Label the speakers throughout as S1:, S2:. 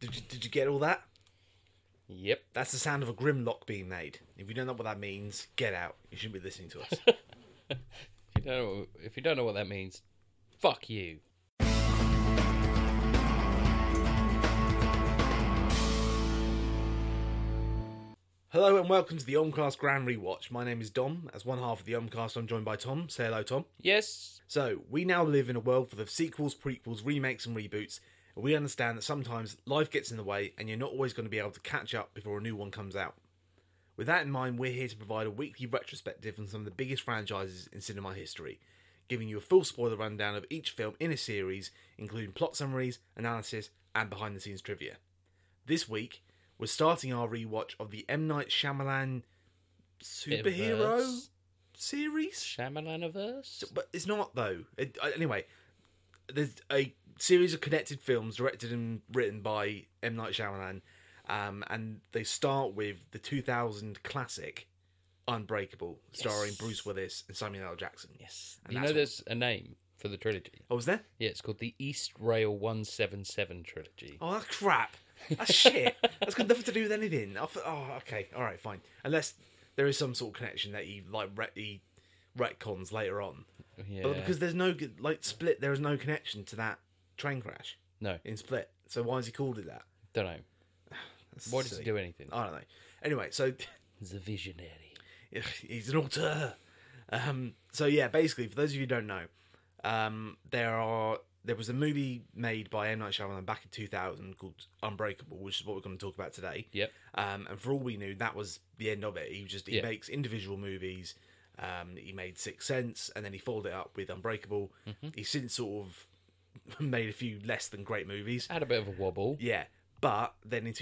S1: Did you, did you get all that?
S2: Yep.
S1: That's the sound of a Grimlock being made. If you don't know what that means, get out. You shouldn't be listening to us.
S2: If you don't know, if you don't know what that means, fuck you.
S1: hello and welcome to the Omcast Grand Rewatch. My name is Dom. As one half of the Omcast, I'm joined by Tom. Say hello, Tom.
S2: Yes.
S1: So, we now live in a world full of sequels, prequels, remakes, and reboots. And we understand that sometimes life gets in the way and you're not always going to be able to catch up before a new one comes out. With that in mind, we're here to provide a weekly retrospective on some of the biggest franchises in cinema history, giving you a full spoiler rundown of each film in a series, including plot summaries, analysis, and behind the scenes trivia. This week, we're starting our rewatch of the M. Night Shyamalan superhero
S2: Universe.
S1: series?
S2: Shamalaniverse.
S1: But it's not though. It, uh, anyway, there's a series of connected films directed and written by M Night Shyamalan, um, and they start with the 2000 classic Unbreakable, starring
S2: Yes.
S1: Bruce Willis and Samuel L. Jackson.
S2: Yes.
S1: And
S2: you
S1: that's
S2: know,
S1: what-
S2: there's a name for the trilogy.
S1: I was there.
S2: Yeah, it's called the East Rail One Seven Seven trilogy.
S1: Oh, that's crap. That's shit. That's got nothing to do with anything. I thought, oh, okay. All right, fine. Unless there is some sort of connection that he like re- he retcons later on,
S2: yeah.
S1: but because there's no good- like Split, there is no connection to that train crash.
S2: no,
S1: in Split. So why has he called it that?
S2: don't know. Why does
S1: silly.
S2: it do anything?
S1: I don't know. Anyway, so
S2: He's a visionary.
S1: he's an auteur. Um, so yeah, basically, for those of you who don't know, um, there are there was a movie made by M Night Shyamalan back in 2000 called Unbreakable, which is what we're going to talk about today.
S2: Yep.
S1: Um, and for all we knew, that was the end of it. He just he
S2: Yeah.
S1: makes individual movies. Um, he made Six Sense, and then he followed it up with Unbreakable.
S2: Mm-hmm.
S1: He's since sort of made a few less than great movies.
S2: Had a bit of a wobble.
S1: Yeah. But then in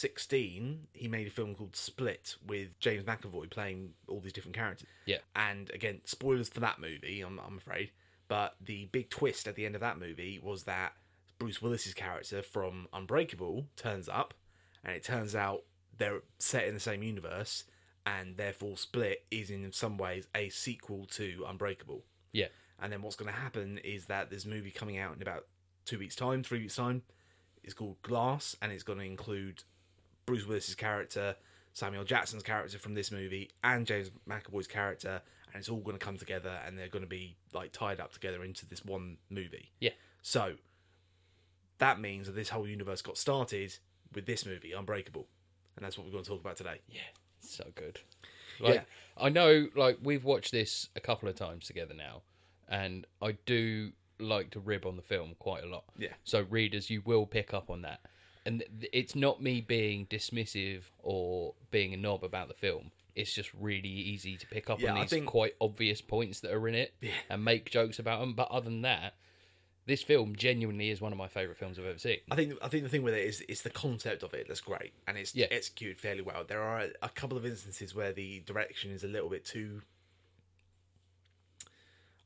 S1: 2016, he made a film called Split with James McAvoy playing all these different characters.
S2: Yeah.
S1: And again, spoilers for that movie, I'm, I'm afraid. But the big twist at the end of that movie was that Bruce Willis's character from Unbreakable turns up, and it turns out they're set in the same universe, and therefore Split is in some ways a sequel to Unbreakable.
S2: Yeah.
S1: And then what's going to happen is that this movie coming out in about two weeks' time, three weeks' time, is called Glass, and it's going to include Bruce Willis's character, Samuel Jackson's character from this movie, and James McAvoy's character, and it's all going to come together, and they're going to be like tied up together into this one movie.
S2: Yeah.
S1: So that means that this whole universe got started with this movie, Unbreakable, and that's what we're going to talk about today.
S2: Yeah, so good. Like I know, like we've watched this a couple of times together now, and I do like to rib on the film quite a lot.
S1: Yeah.
S2: So readers, you will pick up on that, and th- it's not me being dismissive or being a knob about the film. It's just really easy to pick up
S1: Yeah,
S2: on
S1: I
S2: these
S1: think-
S2: quite obvious points that are in it and make jokes about them. But other than that, this film genuinely is one of my favorite films I've ever seen.
S1: I think I think the thing with it is it's the concept of it that's great and it's
S2: Yeah.
S1: executed fairly well. There are a, a couple of instances where the direction is a little bit too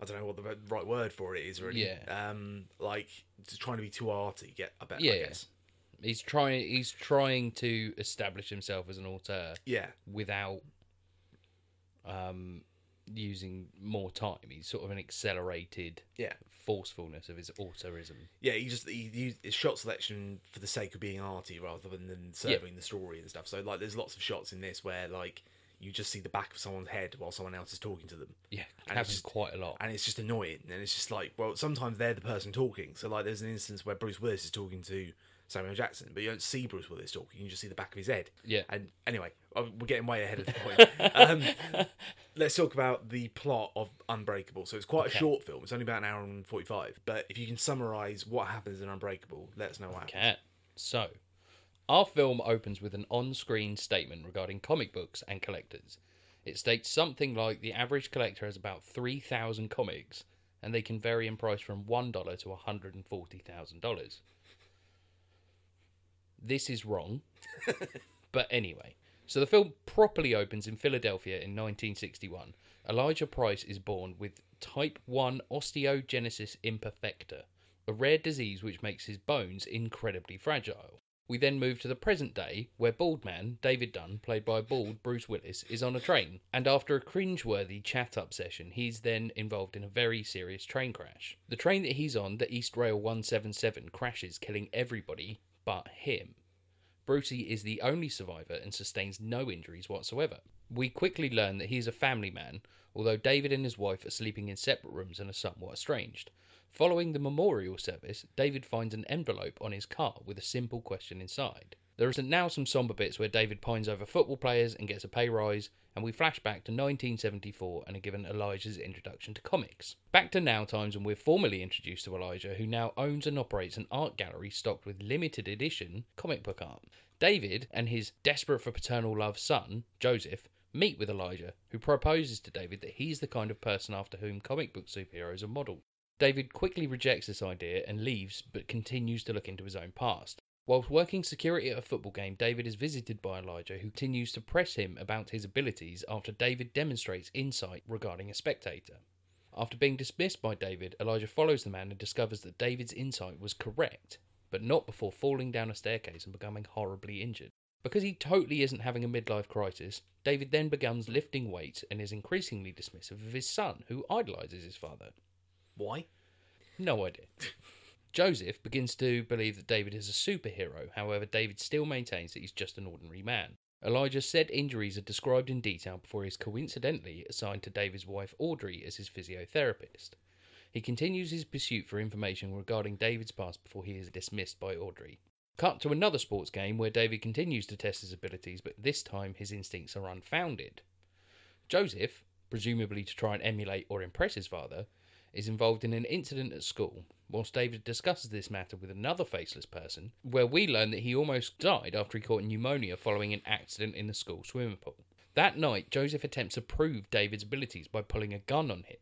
S1: I don't know what the right word for it is really.
S2: Yeah.
S1: Um like just trying to be too arty, get I bet
S2: Yeah.
S1: I guess.
S2: He's trying. He's trying to establish himself as an auteur.
S1: Yeah.
S2: without um, using more time. He's sort of an accelerated
S1: Yeah.
S2: forcefulness of his auteurism.
S1: Yeah, he just he used his shot selection for the sake of being arty rather than, than serving the story and stuff. So like there's lots of shots in this where like you just see the back of someone's head while someone else is talking to them.
S2: Yeah,
S1: And
S2: happens
S1: just-
S2: quite a lot.
S1: and it's just annoying. And it's just like, well, sometimes they're the person talking. So like, there's an instance where Bruce Willis is talking to Samuel Jackson, but you don't see Bruce Willis talking. You just see the back of his head.
S2: Yeah.
S1: And anyway, uh, we're getting way ahead of the point. um, let's talk about the plot of Unbreakable. So it's quite a short film. It's only about an hour and forty-five. But if you can summarize what happens in Unbreakable, let us know what happens.
S2: Cat. So, our film opens with an on screen statement regarding comic books and collectors. It states something like the average collector has about 3,000 comics, and they can vary in price from $1 to $140,000. This is wrong. but anyway, so the film properly opens in Philadelphia in 1961. Elijah Price is born with type 1 osteogenesis imperfecta, a rare disease which makes his bones incredibly fragile. We then move to the present day, where bald man David Dunn, played by bald Bruce Willis, is on a train, and after a cringeworthy chat up session, he's then involved in a very serious train crash. The train that he's on, the East Rail 177, crashes, killing everybody but him. Brucey is the only survivor and sustains no injuries whatsoever. We quickly learn that he is a family man, although David and his wife are sleeping in separate rooms and are somewhat estranged. Following the memorial service, David finds an envelope on his car with a simple question inside. There is now some somber bits where David pines over football players and gets a pay rise, and we flash back to 1974 and are given Elijah's introduction to comics. Back to now times, and we're formally introduced to Elijah, who now owns and operates an art gallery stocked with limited edition comic book art. David and his desperate for paternal love son, Joseph, meet with Elijah, who proposes to David that he's the kind of person after whom comic book superheroes are modelled. David quickly rejects this idea and leaves, but continues to look into his own past. Whilst working security at a football game, David is visited by Elijah, who continues to press him about his abilities after David demonstrates insight regarding a spectator. After being dismissed by David, Elijah follows the man and discovers that David's insight was correct, but not before falling down a staircase and becoming horribly injured. Because he totally isn't having a midlife crisis, David then begins lifting weights and is increasingly dismissive of his son, who idolizes his father.
S1: Why?
S2: No idea. Joseph begins to believe that David is a superhero, however, David still maintains that he's just an ordinary man. Elijah's said injuries are described in detail before he is coincidentally assigned to David's wife Audrey as his physiotherapist. He continues his pursuit for information regarding David's past before he is dismissed by Audrey. Cut to another sports game where David continues to test his abilities, but this time his instincts are unfounded. Joseph, presumably to try and emulate or impress his father, is involved in an incident at school, whilst David discusses this matter with another faceless person, where we learn that he almost died after he caught pneumonia following an accident in the school swimming pool. That night, Joseph attempts to prove David's abilities by pulling a gun on him.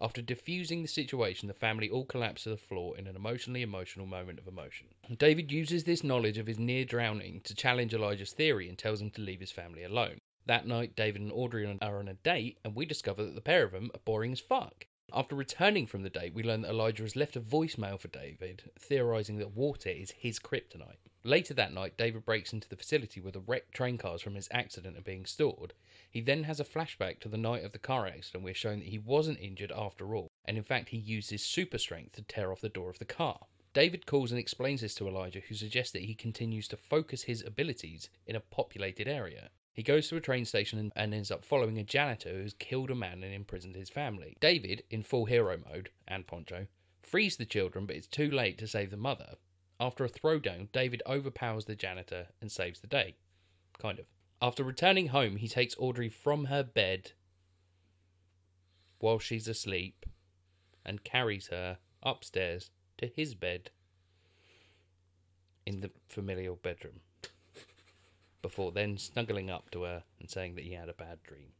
S2: After defusing the situation, the family all collapse to the floor in an emotionally emotional moment of emotion. David uses this knowledge of his near drowning to challenge Elijah's theory and tells him to leave his family alone. That night, David and Audrey are on a date, and we discover that the pair of them are boring as fuck. After returning from the date, we learn that Elijah has left a voicemail for David, theorizing that water is his kryptonite. Later that night, David breaks into the facility where the wrecked train cars from his accident are being stored. He then has a flashback to the night of the car accident, where shown that he wasn't injured after all, and in fact, he used his super strength to tear off the door of the car. David calls and explains this to Elijah, who suggests that he continues to focus his abilities in a populated area. He goes to a train station and, and ends up following a janitor who's killed a man and imprisoned his family. David, in full hero mode, and Poncho, frees the children, but it's too late to save the mother. After a throwdown, David overpowers the janitor and saves the day. Kind of. After returning home, he takes Audrey from her bed while she's asleep and carries her upstairs to his bed in the familial bedroom before then snuggling up to her and saying that he had a bad dream.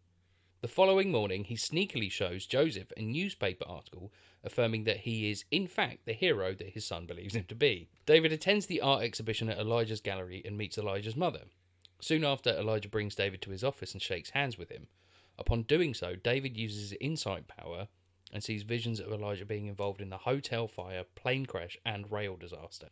S2: The following morning, he sneakily shows Joseph a newspaper article affirming that he is, in fact, the hero that his son believes him to be. David attends the art exhibition at Elijah's gallery and meets Elijah's mother. Soon after, Elijah brings David to his office and shakes hands with him. Upon doing so, David uses his insight power and sees visions of Elijah being involved in the hotel fire, plane crash, and rail disaster.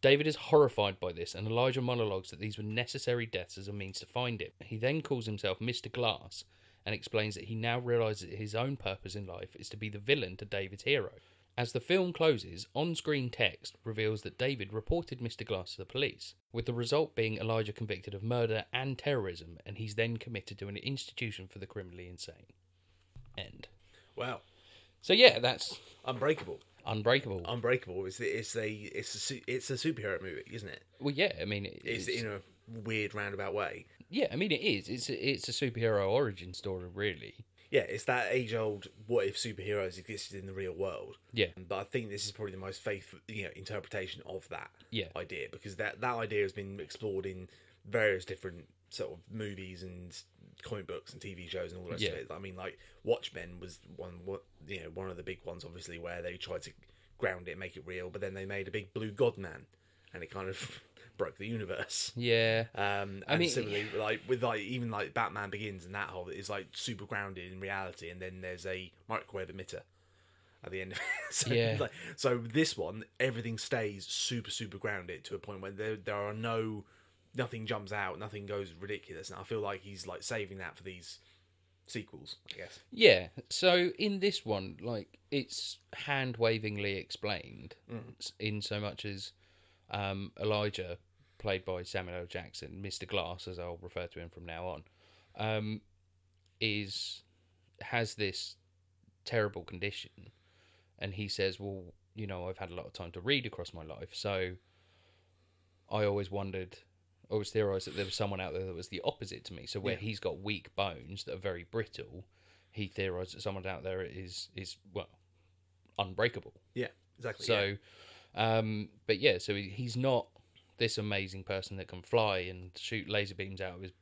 S2: David is horrified by this, and Elijah monologues that these were necessary deaths as a means to find him. He then calls himself Mr. Glass and explains that he now realizes that his own purpose in life is to be the villain to David's hero. As the film closes, on screen text reveals that David reported Mr. Glass to the police, with the result being Elijah convicted of murder and terrorism, and he's then committed to an institution for the criminally insane. End.
S1: Wow.
S2: So, yeah, that's
S1: Unbreakable.
S2: Unbreakable.
S1: Um, Unbreakable is the, it's a it's a su- it's a superhero movie, isn't it?
S2: well, yeah, I mean, it,
S1: It's, in a weird roundabout way.
S2: Yeah, I mean it is. It's a, it's a superhero origin story, really.
S1: Yeah, it's that age old what if superheroes existed in the real world.
S2: Yeah,
S1: But I think this is probably the most faithful you know interpretation of that
S2: Yeah.
S1: idea because that that idea has been explored in various different sort of movies and comic books and TV shows and all that
S2: Yeah.
S1: shit. I mean, like Watchmen was one what you know one of the big ones, obviously, where they tried to ground it, make it real, but then they made a big blue god man, and it kind of broke the universe.
S2: yeah,
S1: Um, and
S2: I mean-
S1: similarly, like with like even like Batman Begins and that whole is like super grounded in reality, and then there's a microwave emitter at the end. Of it. so,
S2: Yeah.
S1: like- so this one, everything stays super super grounded to a point where there there are no nothing jumps out, nothing goes ridiculous, and I feel like he's like saving that for these sequels. I guess.
S2: yeah. So in this one, like it's hand wavingly explained, s- in so much as um, Elijah, played by Samuel L. Jackson, Mr. Glass, as I'll refer to him from now on, um, is has this terrible condition, and he says, "Well, you know, I've had a lot of time to read across my life, so I always wondered." I always theorised that there was someone out there that was the opposite to me. So where he's got weak bones that are very brittle, he theorised that someone out there is is well unbreakable.
S1: Yeah, exactly. yeah.
S2: So, um, but yeah, so he, he's not this amazing person that can fly and shoot laser beams out of his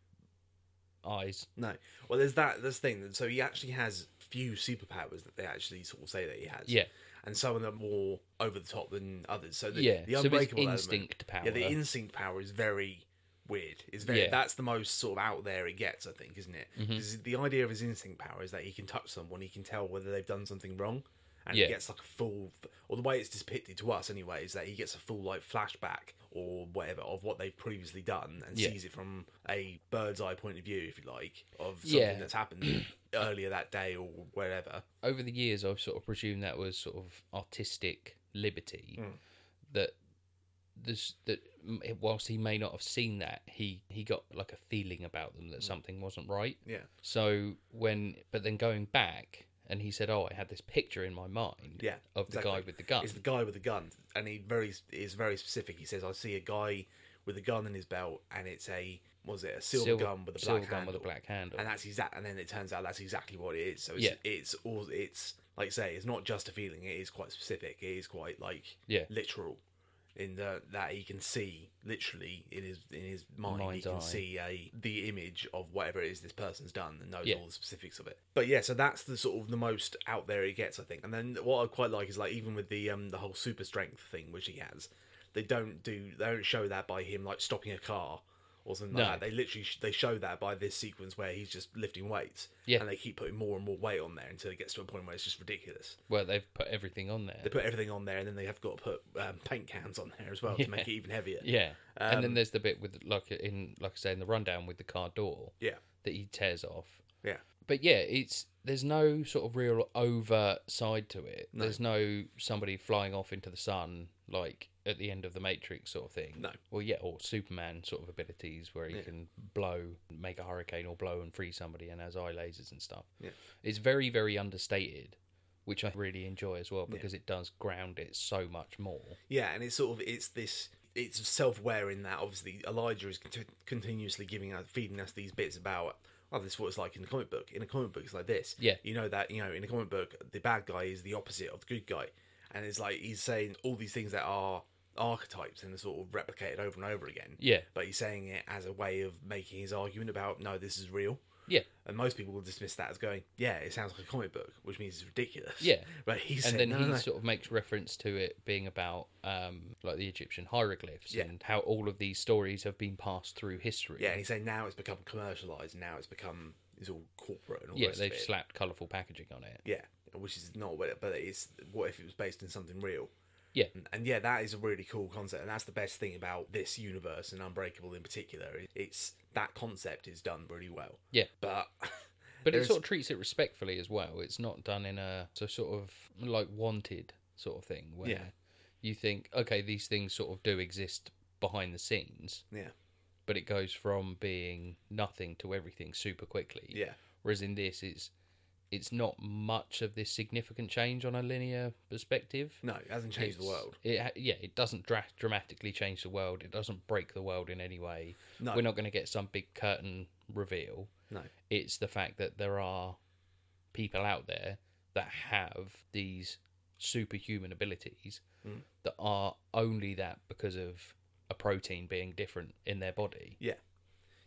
S2: eyes.
S1: No. Well, there's that this thing. So he actually has few superpowers that they actually sort of say that he has.
S2: Yeah.
S1: And some of them are more over the top than others. So the,
S2: yeah.
S1: the
S2: so his
S1: unbreakable element,
S2: instinct power.
S1: yeah, the instinct power is very weird. It's very
S2: Yeah. Mm-hmm.
S1: that's the most sort of out there it gets, I think, isn't it? Because the idea of his instinct power is that he can touch someone, he can tell whether they've done something wrong, and
S2: Yeah.
S1: he gets like a full, or the way it's depicted to us anyway, is that he gets a full like flashback or whatever of what they've previously done and
S2: Yeah.
S1: sees it from a bird's eye point of view, if you like, of something
S2: Yeah.
S1: that's happened earlier that day or wherever.
S2: Over the years, I've sort of presumed that was sort of artistic liberty.
S1: Hmm.
S2: That this that m- whilst he may not have seen that, he he got like a feeling about them that
S1: Hmm.
S2: something wasn't right.
S1: Yeah,
S2: So when but then going back. And he said, "Oh, I had this picture in my mind
S1: yeah.
S2: of the
S1: exactly.
S2: guy with the gun."
S1: It's the guy with the gun, and he very is very specific. He says, "I see a guy with a gun in his belt, and it's a was it a silver, gun with a
S2: silver
S1: black
S2: gun
S1: handle?"
S2: with a black handle.
S1: And that's exact. And then it turns out that's exactly what it is. So it's
S2: Yeah.
S1: it's all it's like I say, it's not just a feeling. It is quite specific. It is quite like
S2: Yeah.
S1: literal, in the, that he can see literally in his in his mind.
S2: Mind's
S1: he can
S2: eye.
S1: see a the image of whatever it is this person's done and knows
S2: Yeah.
S1: all the specifics of it. But yeah, so that's the sort of the most out there it gets, I think. And then what I quite like is like even with the um the whole super strength thing which he has, they don't do they don't show that by him like stopping a car. Or something like
S2: No.
S1: that. They literally sh- they show that by this sequence where he's just lifting weights,
S2: Yeah.
S1: and they keep putting more and more weight on there until it gets to a point where it's just ridiculous.
S2: Well, they've put everything on there.
S1: They put everything on there, and then they have got to put um, paint cans on there as well to make it even heavier.
S2: Yeah, and
S1: Um,
S2: then there's the bit with like in like I say in the rundown with the car door
S1: yeah,
S2: that he tears off.
S1: yeah.
S2: But yeah, it's there's no sort of real overt side to it. There's no somebody flying off into the sun like at the end of the Matrix sort of thing.
S1: No.
S2: Well, yeah, or Superman sort of abilities where he can blow, make a hurricane, or blow and free somebody, and has eye lasers and stuff.
S1: Yeah.
S2: It's very very understated, which I really enjoy as well because it does ground it so much more.
S1: Yeah, and it's sort of it's this it's self-aware in that obviously Elijah is cont- continuously giving us feeding us these bits about oh this is what it's like in the comic book. In a comic book, it's like this.
S2: Yeah.
S1: you know that you know in a comic book the bad guy is the opposite of the good guy, and it's like he's saying all these things that are archetypes and are sort of replicated over and over again.
S2: Yeah.
S1: but he's saying it as a way of making his argument about no, this is real.
S2: Yeah.
S1: And most people will dismiss that as going, yeah, it sounds like a comic book, which means it's ridiculous.
S2: Yeah.
S1: but he's
S2: and
S1: saying,
S2: then
S1: no,
S2: he
S1: no, no.
S2: sort of makes reference to it being about um, like the Egyptian hieroglyphs
S1: Yeah.
S2: and how all of these stories have been passed through history.
S1: Yeah, and he's saying now it's become commercialized. Now it's become it's all corporate and all.
S2: Yeah,
S1: this
S2: they've
S1: bit.
S2: slapped colourful packaging on it.
S1: yeah, which is not what. it- But it's what if it was based in something real?
S2: Yeah,
S1: And, and yeah, that is a really cool concept, and that's the best thing about this universe and Unbreakable in particular. It- It's that concept is done really well.
S2: yeah,
S1: But
S2: but
S1: There's-
S2: it sort of treats it respectfully as well. It's not done in a so sort of like wanted sort of thing where
S1: Yeah.
S2: you think okay, these things sort of do exist behind the scenes,
S1: yeah,
S2: but it goes from being nothing to everything super quickly.
S1: yeah,
S2: Whereas in this, it's it's not much of this significant change on a linear perspective.
S1: no, it hasn't changed the
S2: It's-
S1: world.
S2: It ha- yeah, it doesn't dra- dramatically change the world. It doesn't break the world in any way.
S1: No.
S2: We're not going to get some big curtain reveal.
S1: No,
S2: It's the fact that there are people out there that have these superhuman abilities
S1: Mm.
S2: that are only that because of a protein being different in their body.
S1: yeah,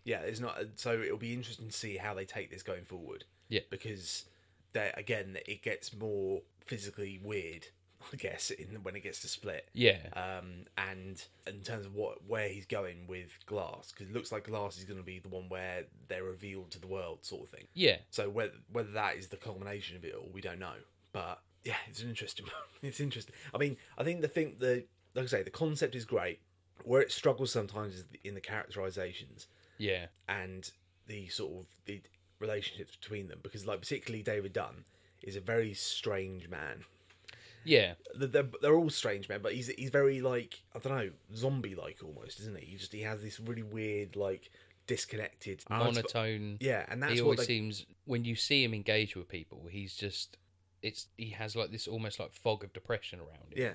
S1: yeah. It's not. So it'll be interesting to see how they take this going forward.
S2: Yeah.
S1: because that again, it gets more physically weird, I guess, in when it gets to split.
S2: Yeah.
S1: um, and in terms of what where he's going with Glass, because it looks like Glass is going to be the one where they're revealed to the world, sort of thing.
S2: yeah.
S1: So whether whether that is the culmination of it all, we don't know. But yeah, it's an interesting. one. it's interesting. I mean, I think the thing the like I say, the concept is great. Where it struggles sometimes is in the characterizations
S2: Yeah.
S1: and the sort of the relationships between them, because like particularly David Dunn is a very strange man.
S2: Yeah.
S1: They're, they're, they're all strange men, but he's he's very like I don't know, zombie like almost, isn't he? He just he has this really weird like disconnected
S2: Monotone.
S1: Yeah, and that's
S2: he
S1: what
S2: always
S1: they,
S2: seems when you see him engage with people, he's just it's he has like this almost like fog of depression around him.
S1: yeah.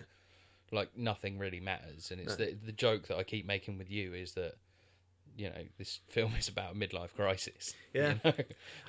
S2: Like nothing really matters. And it's
S1: No.
S2: the the joke that I keep making with you is that you know, this film is about a midlife crisis. you
S1: Yeah.
S2: know?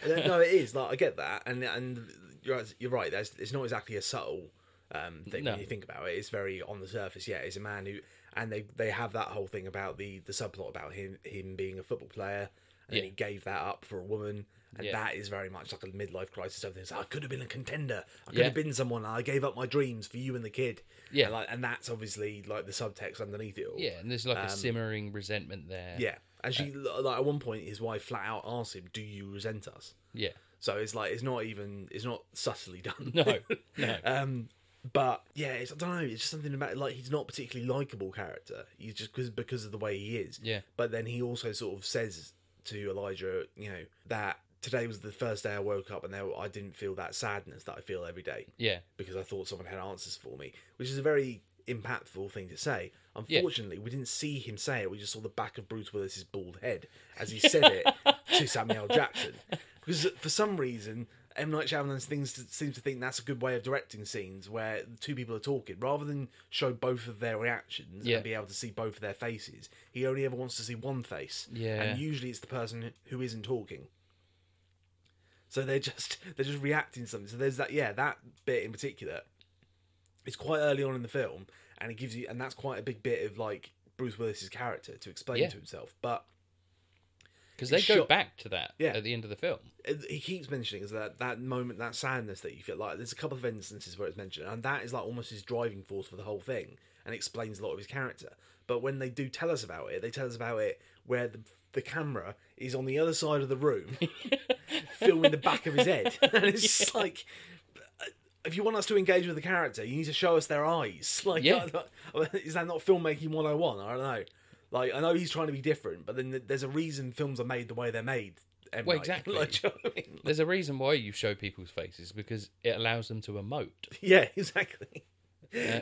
S1: Yeah, no, it is. Like I get that, and and you're right- you're right. There's, it's not exactly a subtle um, thing
S2: No.
S1: when you think about it. It's very on the surface. Yeah, it's a man who, and they they have that whole thing about the the subplot about him him being a football player, and
S2: Yeah.
S1: then he gave that up for a woman. And
S2: Yeah.
S1: that is very much like a midlife crisis. Everything's like, I could have been a contender. I could
S2: Yeah.
S1: have been someone. I gave up my dreams for you and the kid.
S2: Yeah.
S1: and, like, and that's obviously like the subtext underneath it all.
S2: Yeah, Uh, and there's like a simmering resentment there.
S1: Um, yeah. And she like at one point, his wife flat out asks him, "Do you resent us?"
S2: Yeah.
S1: So it's like it's not even it's not subtly done.
S2: No. No.
S1: um, but yeah, it's, I don't know. It's just something about like he's not a particularly likable character. He's just because because of the way he is.
S2: Yeah.
S1: But then he also sort of says to Elijah, you know, that today was the first day I woke up and there, I didn't feel that sadness that I feel every day
S2: Yeah.
S1: because I thought someone had answers for me, which is a very impactful thing to say. Unfortunately, we didn't see him say it. We just saw the back of Bruce Willis's bald head as he said it to Samuel Jackson. Because for some reason, M Night Shyamalan things seems to think that's a good way of directing scenes where the two people are talking, rather than show both of their reactions
S2: Yeah.
S1: and be able to see both of their faces. He only ever wants to see one face,
S2: Yeah.
S1: and usually it's the person who isn't talking. So they're just they're just reacting to something. So there's that yeah that bit in particular. It's quite early on in the film, and it gives you and that's quite a big bit of like Bruce Willis's character to explain
S2: Yeah.
S1: to himself. But
S2: Because they
S1: It's
S2: go
S1: shot-
S2: back to that
S1: Yeah.
S2: at the end of the film.
S1: it- he keeps mentioning is that that moment that sadness that you feel like there's a couple of instances where it's mentioned, and that is like almost his driving force for the whole thing, and explains a lot of his character. But when they do tell us about it, they tell us about it where the the camera is on the other side of the room, filming the back of his head, and it's just like. uh, If you want us to engage with the character, you need to show us their eyes. Like,
S2: Yeah.
S1: is that not filmmaking 101? I don't know. Like, I know he's trying to be different, but then there's a reason films are made the way they're made. M.
S2: Well,
S1: Night. Like,
S2: exactly.
S1: do you know what I mean?
S2: There's a reason why you show people's faces because it allows them to emote.
S1: Yeah, exactly.
S2: Uh,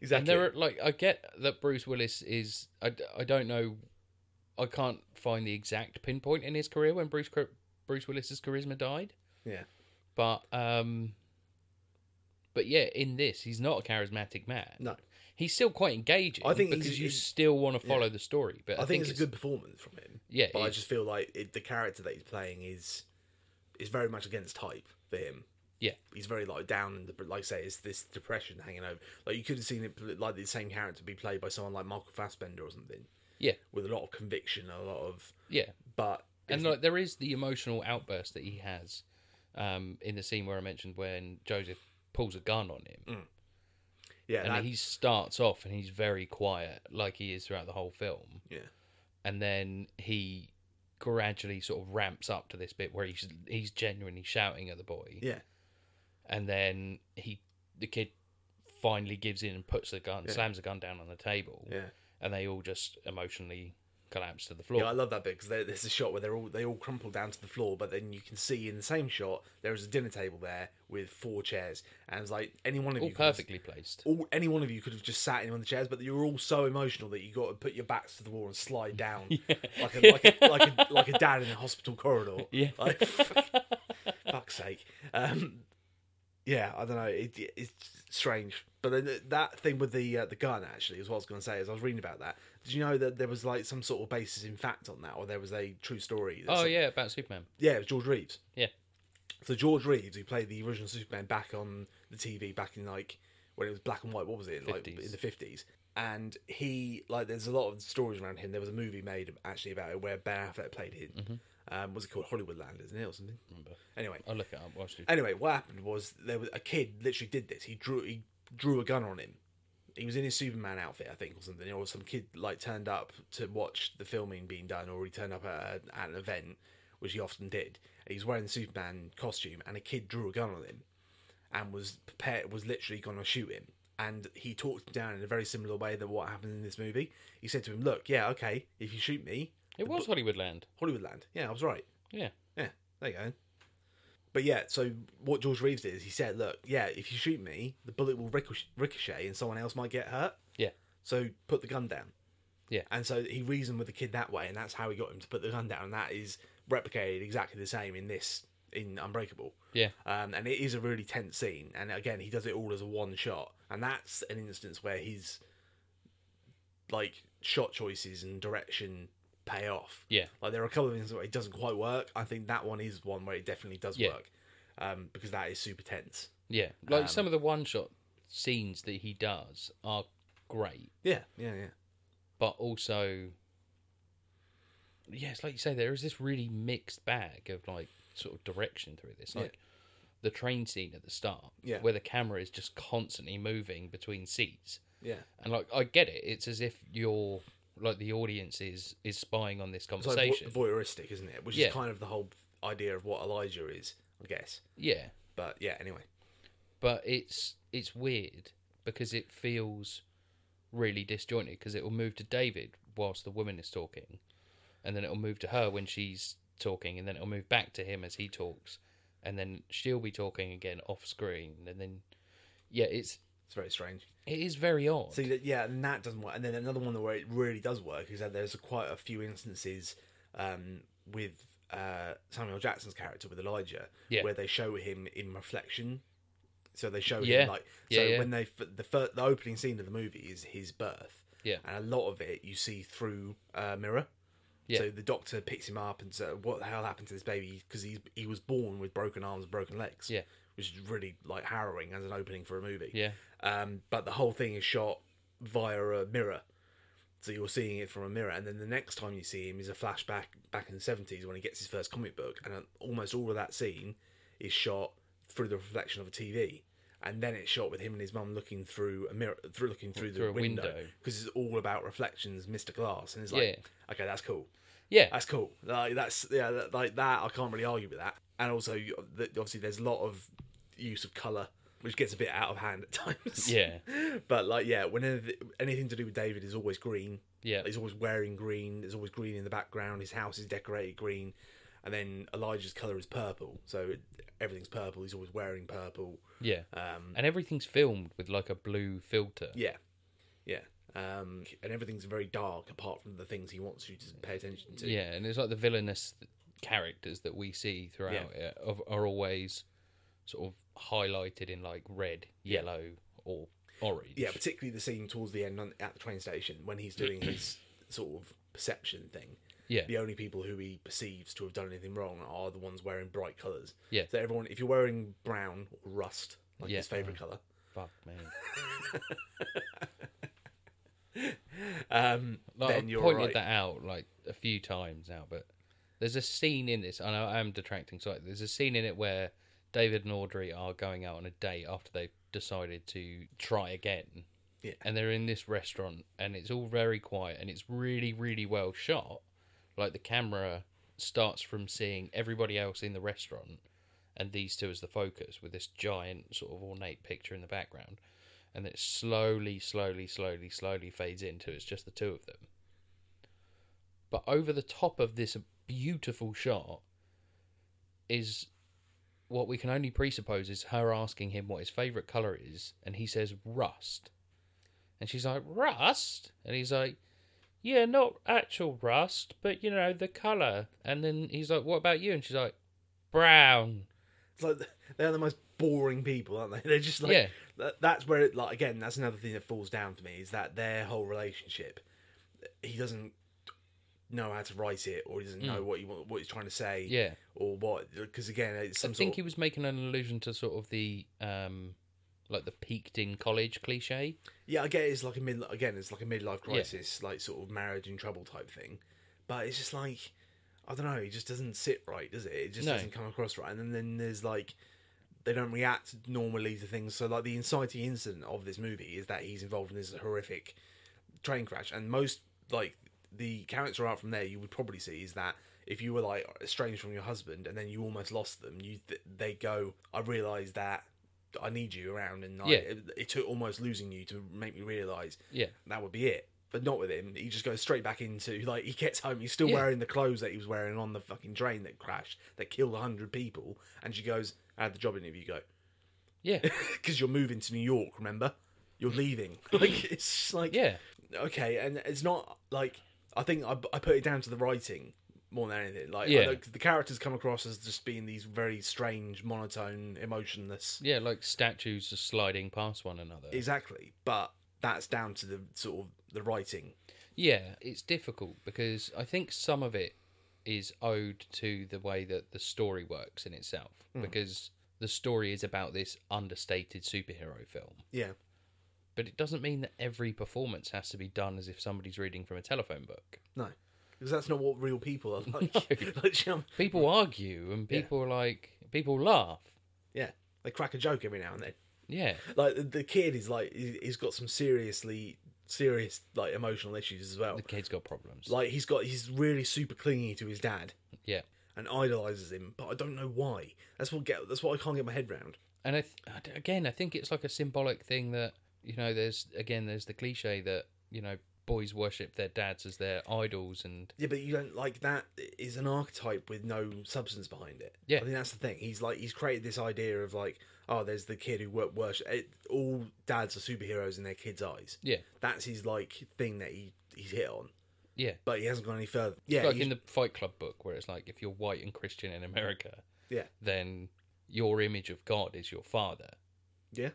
S1: Exactly.
S2: And there are like I get that Bruce Willis is I, I don't know I can't find the exact pinpoint in his career when Bruce Char- Bruce Willis's charisma died,
S1: yeah.
S2: but um but yeah, in this he's not a charismatic man.
S1: No.
S2: He's still quite engaging.
S1: I think
S2: because
S1: he's-
S2: you
S1: he's-
S2: still want to follow the story, but I,
S1: I, think, it's, a good performance from him.
S2: Yeah,
S1: But
S2: it
S1: I
S2: is.
S1: just feel like it, the character that he's playing is is very much against type for him.
S2: yeah.
S1: He's very like down in the like I say it's this depression hanging over. Like you could have seen it pl- like the same character be played by someone like Michael Fassbender or something
S2: Yeah.
S1: with a lot of conviction, a lot of
S2: Yeah.
S1: but
S2: and like there is the emotional outburst that he has um, in the scene where I mentioned when Joseph pulls a gun on him,
S1: yeah,
S2: and
S1: that,
S2: he starts off and he's very quiet, like he is throughout the whole film,
S1: yeah,
S2: and then he gradually sort of ramps up to this bit where he's he's genuinely shouting at the boy,
S1: yeah,
S2: and then he the kid finally gives in and puts the gun, slams the gun down on the table,
S1: yeah.
S2: and they all just emotionally collapse to the floor.
S1: Yeah, I love that bit because there's a shot where they're all they all crumple down to the floor, but then you can see in the same shot there is a dinner table there with four chairs, and it's like any one of
S2: all
S1: you could have-
S2: perfectly placed.
S1: all any one of you could have just sat in one of the chairs, but you were all so emotional that you got to put your backs to the wall and slide down like a like a, like a like a dad in a hospital corridor.
S2: Yeah.
S1: like, fuck, fuck's sake. Um, yeah, I don't know. It, it- it's strange, but then th- that thing with the uh, the gun actually is what I was going to say. As I was reading about that, did you know that there was like some sort of basis in fact on that, or there was a true story? that
S2: Oh
S1: some-
S2: yeah, about Superman.
S1: yeah, it was George Reeves.
S2: Yeah.
S1: So George Reeves, who played the original Superman back on the TV back in like when it was black and white, what was it? Like
S2: 50s.
S1: in the fifties. And he like there's a lot of stories around him. There was a movie made actually about it where Ben Affleck played him. Um, was it called Hollywoodland, isn't it, or something? Anyway,
S2: I'll look it up whilst you.
S1: Anyway, what happened was there was a kid literally did this. He drew he drew a gun on him. He was in his Superman outfit, I think, or something, or some kid like turned up to watch the filming being done, or he turned up at, a- at an event, which he often did. He was wearing the Superman costume, and a kid drew a gun on him, and was prepared, was literally going to shoot him. And he talked him down in a very similar way that what happened in this movie. He said to him, "Look, yeah, okay, if you shoot me,
S2: It was Hollywoodland.
S1: Hollywoodland. Yeah, I was right.
S2: Yeah.
S1: Yeah, there you go. But yeah, so what George Reeves did is he said, look, yeah, if you shoot me, the bullet will ricochet, ricochet and someone else might get hurt.
S2: Yeah.
S1: So put the gun down.
S2: Yeah.
S1: And so he reasoned with the kid that way, and that's how he got him to put the gun down. And that is replicated exactly the same in this, in Unbreakable.
S2: Yeah.
S1: Um, and it is a really tense scene. And again, he does it all as a one shot. And that's an instance where his like shot choices and direction pay off.
S2: Yeah.
S1: Like there are a couple of things where it doesn't quite work. I think that one is one where it definitely does
S2: Yeah.
S1: work. Um, because that is super tense.
S2: Yeah. Like
S1: Um,
S2: some of the one shot scenes that he does are great,
S1: Yeah, yeah, yeah.
S2: but also yeah, it's like you say, there is this really mixed bag of like sort of direction through this. Like the train scene at the start,
S1: Yeah.
S2: where the camera is just constantly moving between seats.
S1: Yeah.
S2: And like I get it, it's as if you're like the audience is is spying on this
S1: It's like
S2: conversation.
S1: vo- voyeuristic, isn't it? Which
S2: Yeah.
S1: is kind of the whole idea of what Elijah is, I guess.
S2: yeah.
S1: But yeah, anyway.
S2: but it's it's weird because it feels really disjointed because it will move to David whilst the woman is talking, and then it'll move to her when she's talking, and then it'll move back to him as he talks, and then she'll be talking again off screen, and then yeah, it's
S1: It's very strange.
S2: it is very odd.
S1: See that yeah, and that doesn't work. And then another one where it really does work is that there's quite a few instances um, with uh, Samuel Jackson's character with Elijah,
S2: Yeah.
S1: where they show him in reflection. So they show
S2: Yeah.
S1: him like
S2: Yeah,
S1: so
S2: yeah.
S1: when they f- the fir- the opening scene of the movie is his birth.
S2: Yeah.
S1: and a lot of it you see through a mirror.
S2: Yeah.
S1: So the doctor picks him up and so what the hell happened to this baby? Because he he was born with broken arms, and broken legs.
S2: Yeah.
S1: which is really like harrowing as an opening for a movie.
S2: yeah,
S1: Um, but the whole thing is shot via a mirror. So you're seeing it from a mirror, and then the next time you see him is a flashback back in the seventies when he gets his first comic book, and uh, almost all of that scene is shot through the reflection of a TV, and then it's shot with him and his mum looking through a mirror, through looking through,
S2: Through
S1: the
S2: a
S1: window
S2: window.
S1: because it's all about reflections, Mister Glass, and it's like, okay, that's cool,
S2: yeah,
S1: that's cool, like that's yeah, that, like that. I can't really argue with that, and also you- the- obviously there's a lot of use of color, which gets a bit out of hand at times
S2: yeah,
S1: but like yeah whenever th- anything to do with david is always green
S2: yeah,
S1: he's always wearing green there's always green in the background his house is decorated green and then elijah's color is purple so everything's purple he's always wearing purple
S2: yeah.
S1: um
S2: And everything's filmed with like a blue filter.
S1: yeah yeah um and everything's very dark apart from the things he wants you to pay attention to
S2: Yeah, and it's like the villainous characters that we see throughout it are, are always sort of highlighted in like red, yellow, or orange.
S1: yeah particularly the scene towards the end on, at the train station when he's doing his sort of perception thing
S2: yeah,
S1: the only people who he perceives to have done anything wrong are the ones wearing bright colours.
S2: Yeah.
S1: So everyone, if you're wearing brown or rust, like
S2: Yeah. Uh-huh.
S1: his favourite colour,
S2: fuck me.
S1: um,
S2: Like,
S1: then
S2: I've
S1: you're
S2: pointed
S1: right.
S2: that out like a few times now, but there's a scene in this. I know I am detracting slightly. There's a scene in it where David and Audrey are going out on a date after they've decided to try again.
S1: Yeah.
S2: And they're in this restaurant, and it's all very quiet, and it's really, really well shot. Like the camera starts from seeing everybody else in the restaurant, and these two as the focus, with this giant sort of ornate picture in the background, and it slowly, slowly, slowly, slowly fades into it's just the two of them. But over the top of this beautiful shot is what we can only presuppose is her asking him what his favourite colour is, and he says rust. And she's like, Rust? And he's like, Yeah, not actual rust, but you know, the colour. And then he's like, What about you? And she's like, Brown.
S1: It's like th- they're the most boring people, aren't they? They're just like
S2: Yeah.
S1: that, that's where it like again. That's another thing that falls down for me is that their whole relationship. He doesn't know how to write it, or he doesn't know what he wa- what he's trying to say,
S2: Mm. Yeah.
S1: or what. Because again, it's some
S2: I think
S1: sort.
S2: he was making an allusion to sort of the um like the peaked in college cliche.
S1: Yeah, I get it's like a mid again, it's like a midlife crisis, like sort of marriage in trouble type thing. But it's just like I don't know, it just doesn't sit right, does it? It just
S2: No.
S1: doesn't come across right. And then, then there's like they don't react normally to things. So like the inciting incident of this movie is that he's involved in this horrific train crash, and most like the character art from there you would probably see is that if you were like estranged from your husband and then you almost lost them, you th- they go, I realise that I need you around, and I,
S2: Yeah.
S1: it, it took almost losing you to make me realise
S2: Yeah.
S1: that would be it. but not with him. He just goes straight back into like he gets home. He's still
S2: Yeah.
S1: wearing the clothes that he was wearing on the fucking train that crashed that killed hundred people. And she goes, "I had the job interview." You go
S2: Yeah,
S1: because you're moving to New York. Remember, you're leaving. Like it's just like
S2: yeah,
S1: okay, and it's not like I think I, I put it down to the writing more than anything. Like I
S2: Yeah.
S1: don't- the characters come across as just being these very strange, monotone, emotionless.
S2: yeah. Like statues just sliding past one another.
S1: Exactly, but that's down to the sort of the writing.
S2: Yeah, it's difficult because I think some of it is owed to the way that the story works in itself because the story is about this understated superhero film.
S1: Yeah,
S2: But it doesn't mean that every performance has to be done as if somebody's reading from a telephone book.
S1: no, because that's not what real people are like. Like, um,
S2: People argue and people are like people laugh.
S1: yeah, they crack a joke every now and then.
S2: Yeah.
S1: Like the- the kid is like he- he's got some seriously serious like emotional issues as well.
S2: The kid's got problems.
S1: Like he's got he's really super clingy to his dad.
S2: Yeah.
S1: and idolizes him, but I don't know why. That's what get. That's what I can't get my head round.
S2: and I th- I d- again, I think it's like a symbolic thing that you know. There's again, there's the cliche that you know boys worship their dads as their idols, and
S1: Yeah, but you don't like that is an archetype with no substance behind it.
S2: Yeah.
S1: I think that's the thing. He's like he's created this idea of like, oh, there's the kid who work worship. It, all dads are superheroes in their kids' eyes.
S2: yeah,
S1: That's his like thing that he he's hit on,
S2: yeah.
S1: but he hasn't gone any further. Yeah,
S2: like
S1: he's-
S2: in the Fight Club book, where it's like if you're white and Christian in America,
S1: yeah,
S2: then your image of God is your father,
S1: yeah,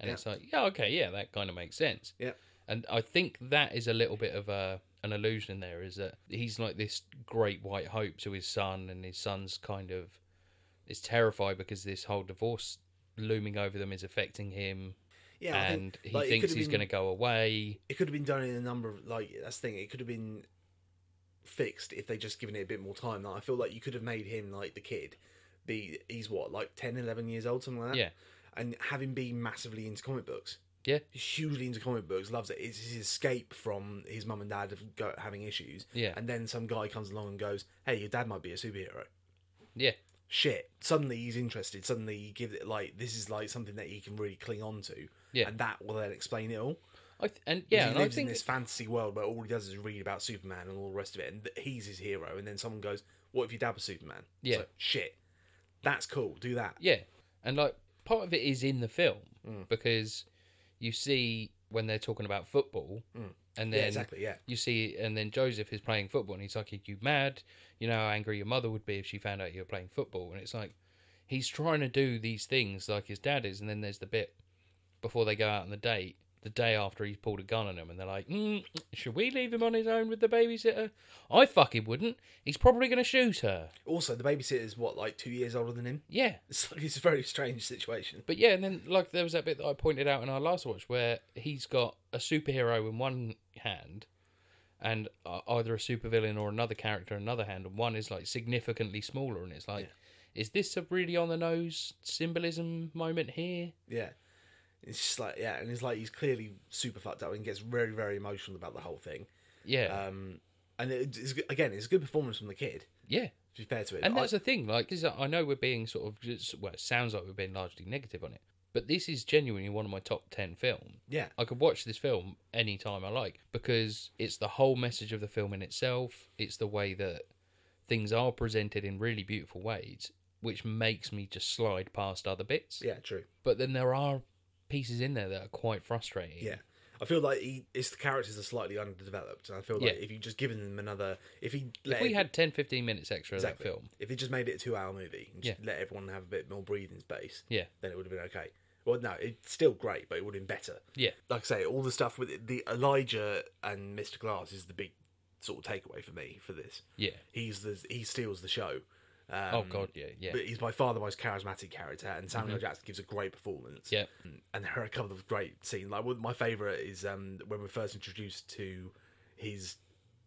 S2: and
S1: Yeah.
S2: it's like yeah, okay, yeah, that kind of makes sense.
S1: yeah,
S2: And I think that is a little bit of a an illusion there is that he's like this great white hope to his son, and his son's kind of is terrified because this whole divorce looming over them is affecting him,
S1: yeah. I
S2: and
S1: think,
S2: he
S1: like, it
S2: thinks
S1: could've
S2: he's
S1: been-
S2: going to go away.
S1: It could have been done in a number of like that's the thing. It could have been fixed if they would just given it a bit more time. Like, I feel like you could have made him like the kid be he's what like 10, 11 years old, something like that.
S2: Yeah,
S1: and have him be massively into comic books.
S2: yeah,
S1: He's hugely into comic books, loves it. It's his escape from his mum and dad of go, having issues.
S2: Yeah.
S1: and then some guy comes along and goes, "Hey, your dad might be a superhero."
S2: yeah,
S1: Shit! Suddenly he's interested. Suddenly he gives it like this is like something that he can really cling on to.
S2: Yeah.
S1: and that will then explain it all.
S2: I th- and
S1: Yeah,
S2: yeah,
S1: he
S2: and I
S1: lives
S2: think
S1: in this fantasy world where all he does is read about Superman and all the rest of it, and th- he's his hero. And then someone goes, "What if your dad was Superman?" It's
S2: Yeah.
S1: like, shit, that's cool. Do that.
S2: Yeah, and like part of it is in the film
S1: Mm.
S2: because you see when they're talking about football, and then
S1: Mm. Yeah, exactly. Yeah,
S2: you see, and then Joseph is playing football, and he's like, "Are you mad? You know how angry your mother would be if she found out you were playing football." And it's like he's trying to do these things like his dad is, and then there's the bit before they go out on the date. The day after he's pulled a gun on him, and they're like, mm, "Should we leave him on his own with the babysitter?" I fucking wouldn't. He's probably going to shoot her.
S1: Also, the babysitter is what like two years older than him.
S2: Yeah,
S1: It's like it's a very strange situation.
S2: But yeah, and then like there was that bit that I pointed out in our last watch where he's got a superhero in one hand, and uh, either a supervillain or another character in another hand, and one is like significantly smaller, and it's like, is this a really on the nose symbolism moment here?
S1: Yeah, it's just like yeah, and it's like he's clearly super fucked up and gets very very emotional about the whole thing.
S2: Yeah,
S1: Um, and it, it's again, it's a good performance from the kid.
S2: yeah.
S1: To be fair to it,
S2: And
S1: I-
S2: that's the thing. Like, 'cause I know we're being sort of just, well, it sounds like we're being largely negative on it, but this is genuinely one of my top ten films.
S1: yeah,
S2: I could watch this film anytime I like because it's the whole message of the film in itself. It's the way that things are presented in really beautiful ways, which makes me just slide past other bits.
S1: yeah, true.
S2: But then there are pieces in there that are quite frustrating.
S1: Yeah. I feel like he, it's the characters are slightly underdeveloped, and I feel like
S2: Yeah.
S1: if you just given them another, if he
S2: If
S1: let
S2: we
S1: it-
S2: had 10, 15 minutes extra
S1: Exactly.
S2: of that film,
S1: if he just made it a two-hour movie and just let everyone have a bit more breathing space,
S2: yeah,
S1: then it would have been okay. Well, no, it's still great, but it would have been better.
S2: yeah,
S1: Like I say, all the stuff with the Elijah and Mr. Glass is the big sort of takeaway for me for this.
S2: yeah.
S1: He's the he steals the show. Um,
S2: Oh god, yeah, yeah, Mm-hmm.
S1: But he's by far the most charismatic character, and Samuel Jackson gives a great performance.
S2: yeah,
S1: And there are a couple of great scenes. Like one- my favorite is um, when we're first introduced to his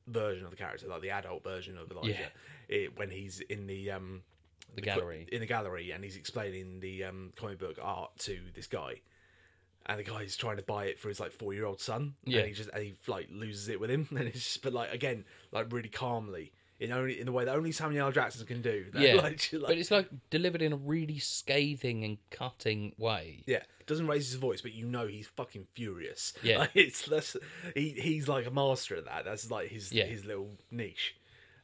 S1: version of the character, like the adult version of Elijah,
S2: Yeah.
S1: it, when he's in the um,
S2: The gallery.
S1: in the gallery, and he's explaining the um, comic book art to this guy. And the guy's trying to buy it for his like four year old son.
S2: Yeah.
S1: And he just and he like loses it with him. And it's just, but like again, like really calmly. in only in the way that only Samuel L. Jackson can do. That,
S2: yeah,
S1: like, she- like-
S2: but it's like delivered in a really scathing and cutting way.
S1: yeah, doesn't raise his voice, but you know he's fucking furious.
S2: Yeah.
S1: like, it's that's he he's like a master at that. That's like his
S2: Yeah.
S1: his little niche.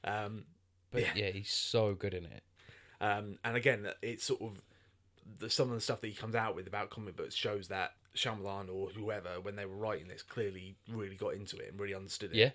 S1: Um,
S2: But
S1: Yeah.
S2: yeah. he's so good in it.
S1: Um, and again, it's sort of the, some of the stuff that he comes out with about comic books shows that Shyamalan or whoever, when they were writing this, clearly really got into it and really understood it.
S2: Yeah.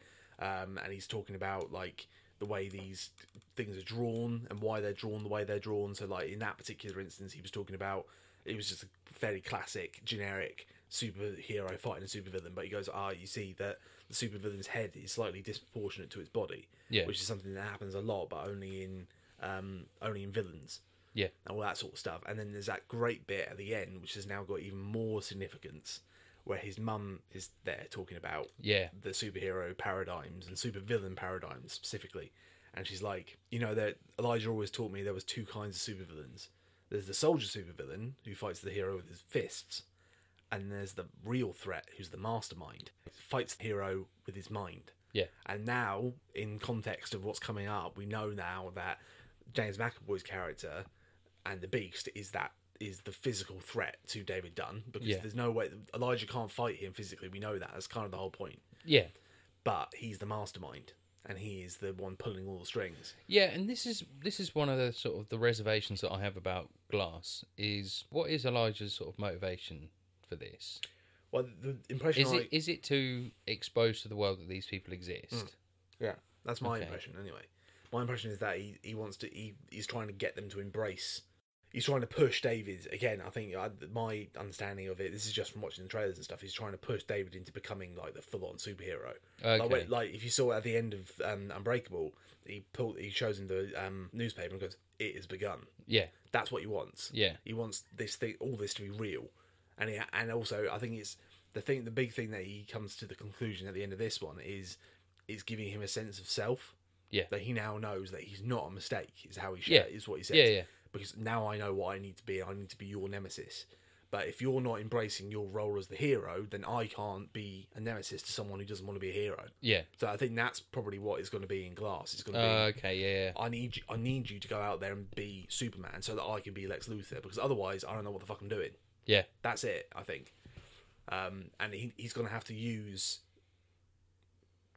S1: Um, and he's talking about like the way these things are drawn and why they're drawn the way they're drawn. So like in that particular instance, he was talking about it was just a fairly classic, generic superhero fighting a supervillain. But he goes, ah, you see that the supervillain's head is slightly disproportionate to its body,
S2: Yeah.
S1: which is something that happens a lot, but only in um, only in villains
S2: Yeah,
S1: and all that sort of stuff. And then there's that great bit at the end, which has now got even more significance, where his mum is there talking about
S2: yeah,
S1: the superhero paradigms and supervillain paradigms specifically. And she's like, you know, that Elijah always taught me there was two kinds of supervillains. There's the soldier supervillain who fights the hero with his fists, and there's the real threat who's the mastermind, fights the hero with his mind.
S2: yeah,
S1: And now, in context of what's coming up, we know now that James McAvoy's character and the Beast is that is the physical threat to David Dunn because
S2: Yeah.
S1: there's no way Elijah can't fight him physically. We know that. That's kind of the whole point.
S2: yeah,
S1: But he's the mastermind and he is the one pulling all the strings.
S2: yeah. And this is this is one of the sort of the reservations that I have about Glass is what is Elijah's sort of motivation for this?
S1: Well, the impression
S2: Is
S1: I
S2: it is it to expose to the world that these people exist?
S1: Hmm. yeah, that's my
S2: Okay.
S1: impression anyway. My impression is that he, he wants to he, he's trying to get them to embrace. He's trying to push David again. I think I, my understanding of it, this is just from watching the trailers and stuff. He's trying to push David into becoming like the full-on superhero.
S2: Okay.
S1: Like, when- like if you saw at the end of um, Unbreakable, he pulled, he shows him the um, newspaper and goes, "It has begun."
S2: Yeah,
S1: That's what he wants.
S2: yeah,
S1: He wants this thing, all this to be real, and he, and also I think it's the thing, the big thing that he comes to the conclusion at the end of this one is is giving him a sense of self
S2: yeah,
S1: that he now knows that he's not a mistake. Is how he sh-
S2: Yeah.
S1: is what he says.
S2: yeah, yeah.
S1: Because now I know what I need to be. and I need to be your nemesis. But if you're not embracing your role as the hero, then I can't be a nemesis to someone who doesn't want to be a hero.
S2: yeah.
S1: So I think that's probably what it's going to be in Glass. It's going to be
S2: Uh, okay, yeah, yeah.
S1: I need you, I need you to go out there and be Superman so that I can be Lex Luthor because otherwise I don't know what the fuck I'm doing.
S2: yeah.
S1: That's it, I think. Um, and he, he's going to have to use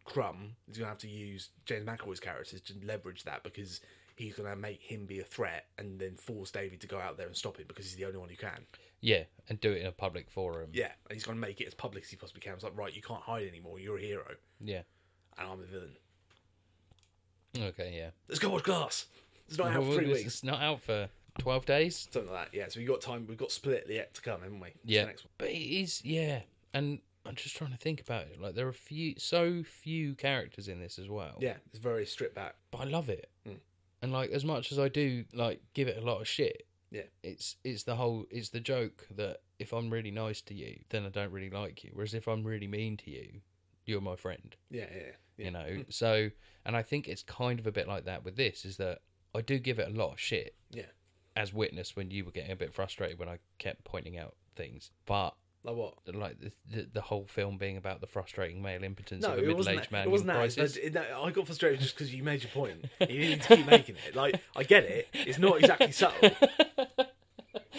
S1: Crumb. He's going to have to use James McAvoy's characters to leverage that because he's going to make him be a threat and then force David to go out there and stop him because he's the only one who can.
S2: Yeah, and do it in a public forum.
S1: Yeah, and he's going to make it as public as he possibly can. It's like, right, you can't hide anymore. You're a hero,
S2: Yeah.
S1: and I'm a villain.
S2: Okay, yeah.
S1: Let's go watch Glass. It's not out for three
S2: Well, it's-
S1: weeks.
S2: It's not out for 12 days.
S1: Something like that. Yeah, so we've got time. We've got Split yet to come, haven't we? It's the
S2: Yeah.
S1: next one.
S2: But it is, yeah. And I'm just trying to think about it. Like, there are few, so few characters in this as well.
S1: Yeah, it's very stripped back.
S2: But I love it.
S1: Mm.
S2: And, like, as much as I do, like, give it a lot of shit.
S1: Yeah.
S2: It's it's the whole it's the joke that if I'm really nice to you, then I don't really like you. Whereas if I'm really mean to you, you're my friend.
S1: Yeah, yeah, yeah. Mm.
S2: you know so and i think it's kind of a bit like that with this is that i do give it a lot of shit
S1: Yeah.
S2: as witness when you were getting a bit frustrated when i kept pointing out things but
S1: Like what?
S2: like the, the, the whole film being about the frustrating male impotence
S1: No,
S2: of a
S1: it wasn't.
S2: middle-aged
S1: That,
S2: man
S1: it wasn't
S2: in
S1: that. It's-
S2: crisis.
S1: it- that- I got frustrated just because you made your point. You need to keep making it. Like I get it. It's not exactly subtle.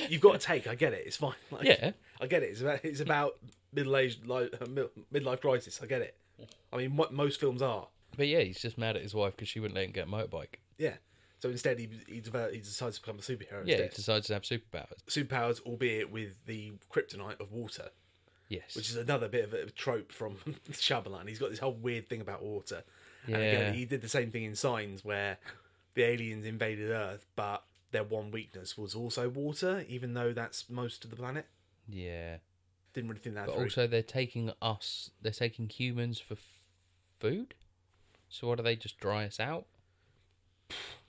S1: You've got a take. I get it. It's fine. Like,
S2: Yeah.
S1: I get it. It's about it's about middle aged life, midlife crisis. I get it. I mean, what most films are.
S2: but yeah he's just mad at his wife because she wouldn't let him get a motorbike
S1: Yeah. So instead, he he, develop, he decides to become a superhero.
S2: yeah he
S1: Instead.
S2: decides to have superpowers
S1: Superpowers, albeit with the kryptonite of water.
S2: yes
S1: which is another bit of a trope from Shyamalan. He's got this whole weird thing about water. And
S2: Yeah.
S1: again, he did the same thing in Signs, where the aliens invaded Earth, but their one weakness was also water, even though that's most of the planet.
S2: yeah
S1: Didn't really think that
S2: but
S1: through.
S2: also they're taking us they're taking humans for f- food so what do they just dry us out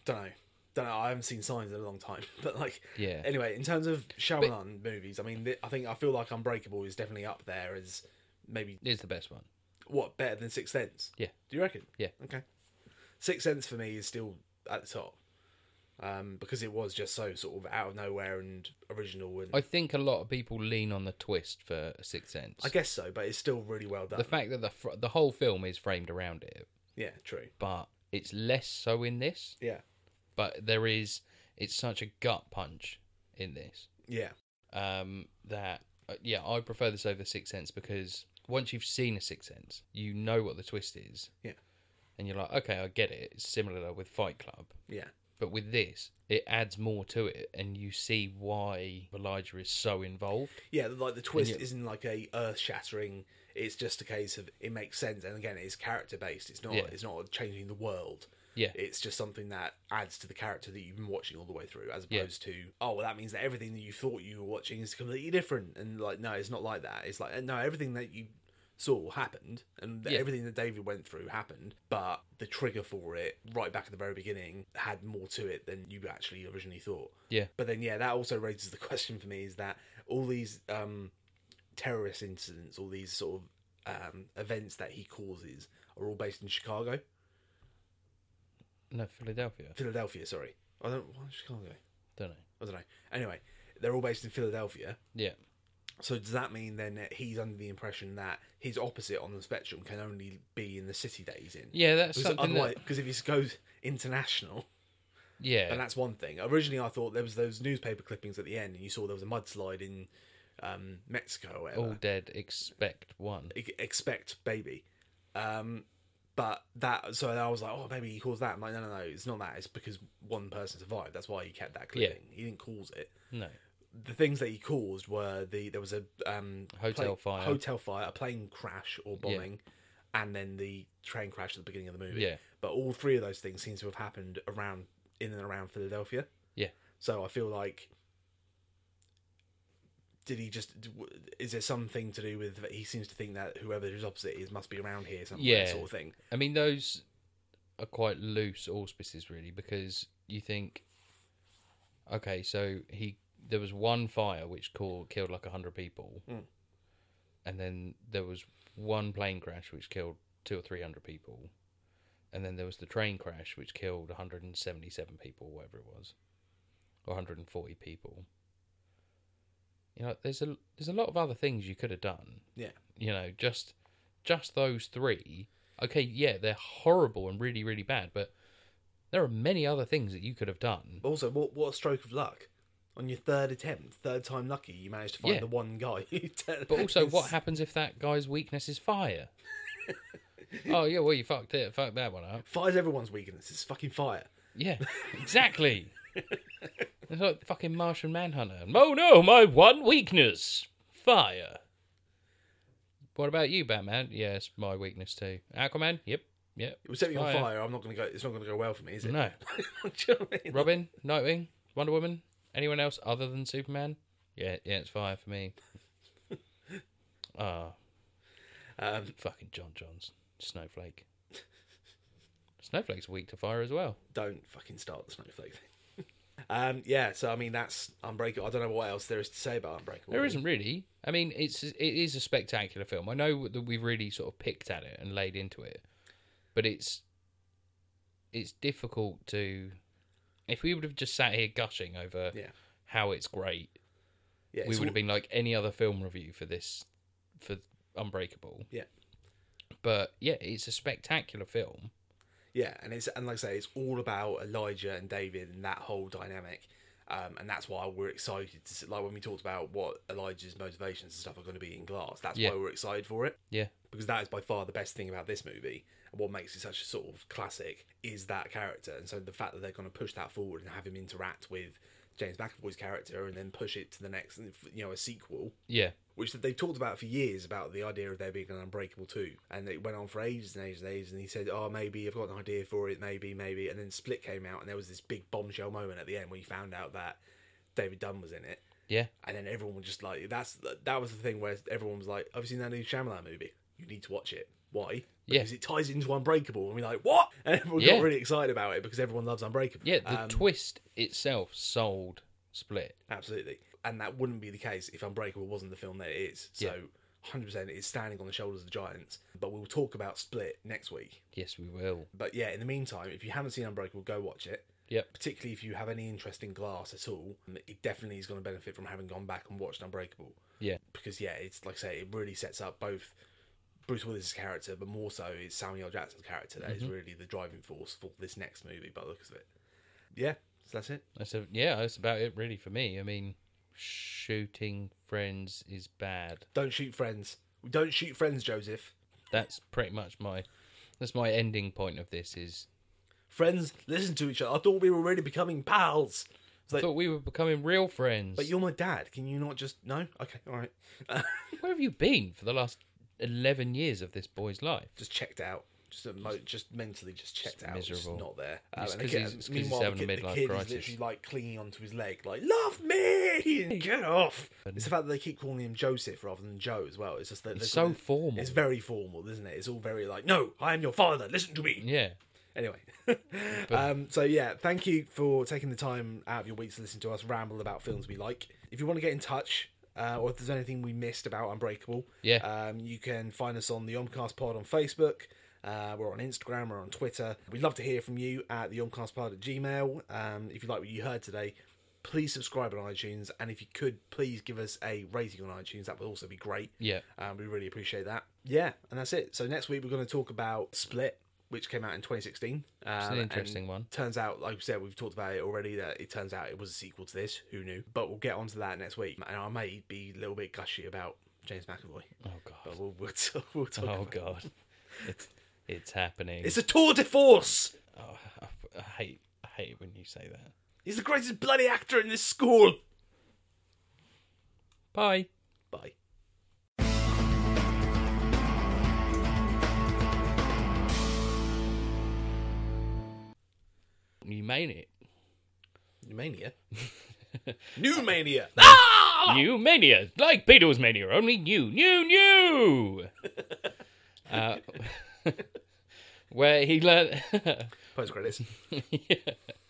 S1: Don't know. Don't know. I haven't seen Signs in a long time, but like,
S2: yeah
S1: anyway, in terms of Shyamalan movies, I mean, th- I think I feel like Unbreakable is definitely up there as maybe
S2: it's the best one
S1: what better than Sixth Sense?
S2: Yeah.
S1: Do you reckon?
S2: Yeah.
S1: Okay. Sixth Sense for me is still at the top, um, because it was just so sort of out of nowhere and original, and I,
S2: I think a lot of people lean on the twist for Sixth Sense.
S1: guess so. But it's still really well done.
S2: the fact that the fr- the whole film is framed around it,
S1: yeah, true.
S2: but It's less so in this,
S1: Yeah.
S2: but there is. It's such a gut punch in this
S1: Yeah.
S2: um, that uh, yeah, I prefer this over Sixth Sense because once you've seen a Sixth Sense, you know what the twist is.
S1: Yeah.
S2: and you're like, okay, I get it. It's similar with Fight Club,
S1: Yeah.
S2: but with this, it adds more to it, and you see why Elijah is so involved.
S1: Yeah, like the twist
S2: you-
S1: isn't like a earth shattering. It's just a case of it makes sense, and again, it's character based. It's not.
S2: Yeah.
S1: It's not changing the world.
S2: Yeah.
S1: It's just something that adds to the character that you've been watching all the way through, as opposed to oh, well, that means that everything that you thought you were watching is completely different. And like, no, it's not like that. It's like no, everything that you saw happened, and
S2: Yeah.
S1: everything that David went through happened. But the trigger for it, right back at the very beginning, had more to it than you actually originally thought.
S2: Yeah,
S1: But then, yeah, that also raises the question for me is that all these um, terrorist incidents, all these sort of um, events that he causes, are all based in Chicago,
S2: no, Philadelphia.
S1: Philadelphia. Sorry, I don't why Chicago.
S2: Don't know.
S1: I don't know. Anyway, they're all based in Philadelphia.
S2: Yeah,
S1: So does that mean then that he's under the impression that his opposite on the spectrum can only be in the city that he's in?
S2: yeah, that's
S1: Because
S2: something.
S1: otherwise,
S2: That,
S1: because if he goes international,
S2: yeah,
S1: And that's one thing. Originally, I thought there was those newspaper clippings at the end, and you saw there was a mudslide in um, Mexico or whatever.
S2: all dead expect one.
S1: E- expect baby. Um, but that, so I was like, oh, maybe he caused that. I'm like, no, no, no, it's not that. It's because one person survived. That's why he kept that
S2: Yeah.
S1: clipping. He didn't cause it.
S2: No,
S1: The things that he caused were the there was a um, plane-
S2: Hotel fire.
S1: hotel fire, a plane crash or bombing, and then the train crash at the beginning of the movie.
S2: Yeah.
S1: But all three of those things seem to have happened around in and around Philadelphia.
S2: yeah,
S1: So I feel like did he just is there something to do with he seems to think that whoever his opposite is must be around here somewhere
S2: Yeah.
S1: sort of thing.
S2: I mean, those are quite loose auspices, really, because you think, okay, so he there was one fire which cau- killed like hundred people,
S1: Mm.
S2: and then there was one plane crash which killed two or three hundred people, and then there was the train crash which killed one hundred and seventy-seven people, whatever it was, or one hundred and forty people. You know, there's a there's a lot of other things you could have done
S1: Yeah.
S2: you know just just those three okay yeah they're horrible and really really bad but there are many other things that you could have done
S1: Also, what what a stroke of luck. On your third attempt, third time lucky, you managed to find
S2: Yeah.
S1: the one guy. who turned-
S2: but also what happens if that guy's weakness is fire oh yeah well you fucked it fucked that one up
S1: Fire's everyone's weakness. It's fucking fire.
S2: yeah exactly it's like fucking martian manhunter oh no my one weakness fire what about you batman yes my weakness too aquaman yep yep
S1: It was setting me on
S2: Fire.
S1: fire. I'm not gonna go. It's not gonna go well for me, is it?
S2: No.
S1: Do you know what I mean?
S2: Robin, Nightwing, Wonder Woman, anyone else other than Superman? Yeah, yeah, it's fire for me. Ah,
S1: Um,
S2: fucking John Johns, Snowflake. Snowflake's weak to fire as well.
S1: don't fucking start the snowflake thing. um, yeah. So I mean, that's Unbreakable. I don't know what else there is to say about Unbreakable.
S2: There isn't really. I mean, it's it is a spectacular film. I know that we've really sort of picked at it and laid into it, but it's it's difficult to. If we would have just sat here gushing over
S1: Yeah.
S2: how it's great,
S1: Yeah.
S2: we
S1: it's all-
S2: would have been like any other film review for this for Unbreakable.
S1: Yeah.
S2: But yeah, it's a spectacular film.
S1: Yeah, and it's and like I say, it's all about Elijah and David and that whole dynamic, um, and that's why we're excited. To see, like when we talked about what Elijah's motivations and stuff are going to be in Glass, that's
S2: Yeah.
S1: why we're excited for it
S2: Yeah.
S1: because that is by far the best thing about this movie. And what makes it such a sort of classic is that character, and so the fact that they're going to push that forward and have him interact with James McAvoy's character, and then push it to the next, you know, a sequel
S2: Yeah.
S1: which they've talked about for years about the idea of there being an Unbreakable 2. And it went on for ages and ages and ages. And he said, Oh, maybe I've got an idea for it, maybe, maybe. And then Split came out, and there was this big bombshell moment at the end when you found out that David Dunn was in it.
S2: Yeah.
S1: And then everyone was just like, That's That was the thing where everyone was like, I've seen that new Shyamalan movie. You need to watch it. Why?
S2: Yeah.
S1: Because it ties into Unbreakable. And we're like, What? And everyone
S2: Yeah.
S1: got really excited about it because everyone loves Unbreakable.
S2: Yeah. The
S1: Um,
S2: twist itself sold split.
S1: Absolutely. And that wouldn't be the case if Unbreakable wasn't the film that it is. So 100% it's standing on the shoulders of the giants. But we'll talk about Split next week.
S2: Yes, we will.
S1: But yeah, in the meantime, if you haven't seen Unbreakable, go watch it.
S2: Yep.
S1: Particularly if you have any interest in Glass at all, it definitely is going to benefit from having gone back and watched Unbreakable.
S2: Yeah.
S1: Because yeah, it's like I say, it really sets up both Bruce Willis's character, but more so it's Samuel L. Jackson's character that is really the driving force for this next movie. By the looks of it, yeah, so that's it.
S2: That's a, yeah, that's about it really for me. I mean, shooting friends is bad.
S1: Don't shoot friends. Don't shoot friends, Joseph.
S2: That's pretty much my that's my ending point of this is
S1: Friends listen to each other. I thought we were really becoming pals. It's
S2: I
S1: like,
S2: thought we were becoming real friends.
S1: but you're my dad. Can you not just no? Okay, all right.
S2: Where have you been for the last 11 years of this boy's life?
S1: just checked out. Just, emo- just mentally, just checked out.
S2: miserable.
S1: Just not there.
S2: It's
S1: and the
S2: 'cause
S1: kid-
S2: he's- it's 'cause he's
S1: meanwhile,
S2: having a
S1: the kid, the
S2: midlife
S1: kid
S2: crisis.
S1: is literally like clinging onto his leg, like "Love me, and get off." It's the fact that they keep calling him Joseph rather than Joe as well. It's just that
S2: It's
S1: they've
S2: so
S1: got
S2: formal.
S1: It's very formal, isn't it? It's all very like, "No, I am your father. Listen to me."
S2: Yeah.
S1: Anyway, um, so yeah, thank you for taking the time out of your week to listen to us ramble about films we like. If you want to get in touch, uh, or if there's anything we missed about Unbreakable,
S2: Yeah.
S1: um, you can find us on the Omcast Pod on Facebook. Uh, we're on Instagram, we're on Twitter. We'd love to hear from you at the Pod at Gmail. Um, if you like what you heard today, please subscribe on iTunes, and if you could, please give us a rating on iTunes. That would also be great.
S2: Yeah.
S1: Um, we really appreciate that. Yeah, and that's it. So next week we're going to talk about Split, which came out in 2016. Um,
S2: an
S1: and
S2: interesting one.
S1: Turns out, like we said, we've talked about it already. That it turns out it was a sequel to this. Who knew? But we'll get onto that next week, and I may be a little bit gushy about James McAvoy.
S2: Oh god.
S1: But we'll we'll, t- we'll talk.
S2: Oh
S1: about-
S2: god. It's it's happening.
S1: It's a tour de force.
S2: Oh, I, I hate I hate when you say that.
S1: He's the greatest bloody actor in this school.
S2: Bye.
S1: Bye.
S2: You mean it.
S1: New mania. New mania. ah!
S2: New mania, like Beatles mania, only new, new, new. uh, where he learned.
S1: Post credits.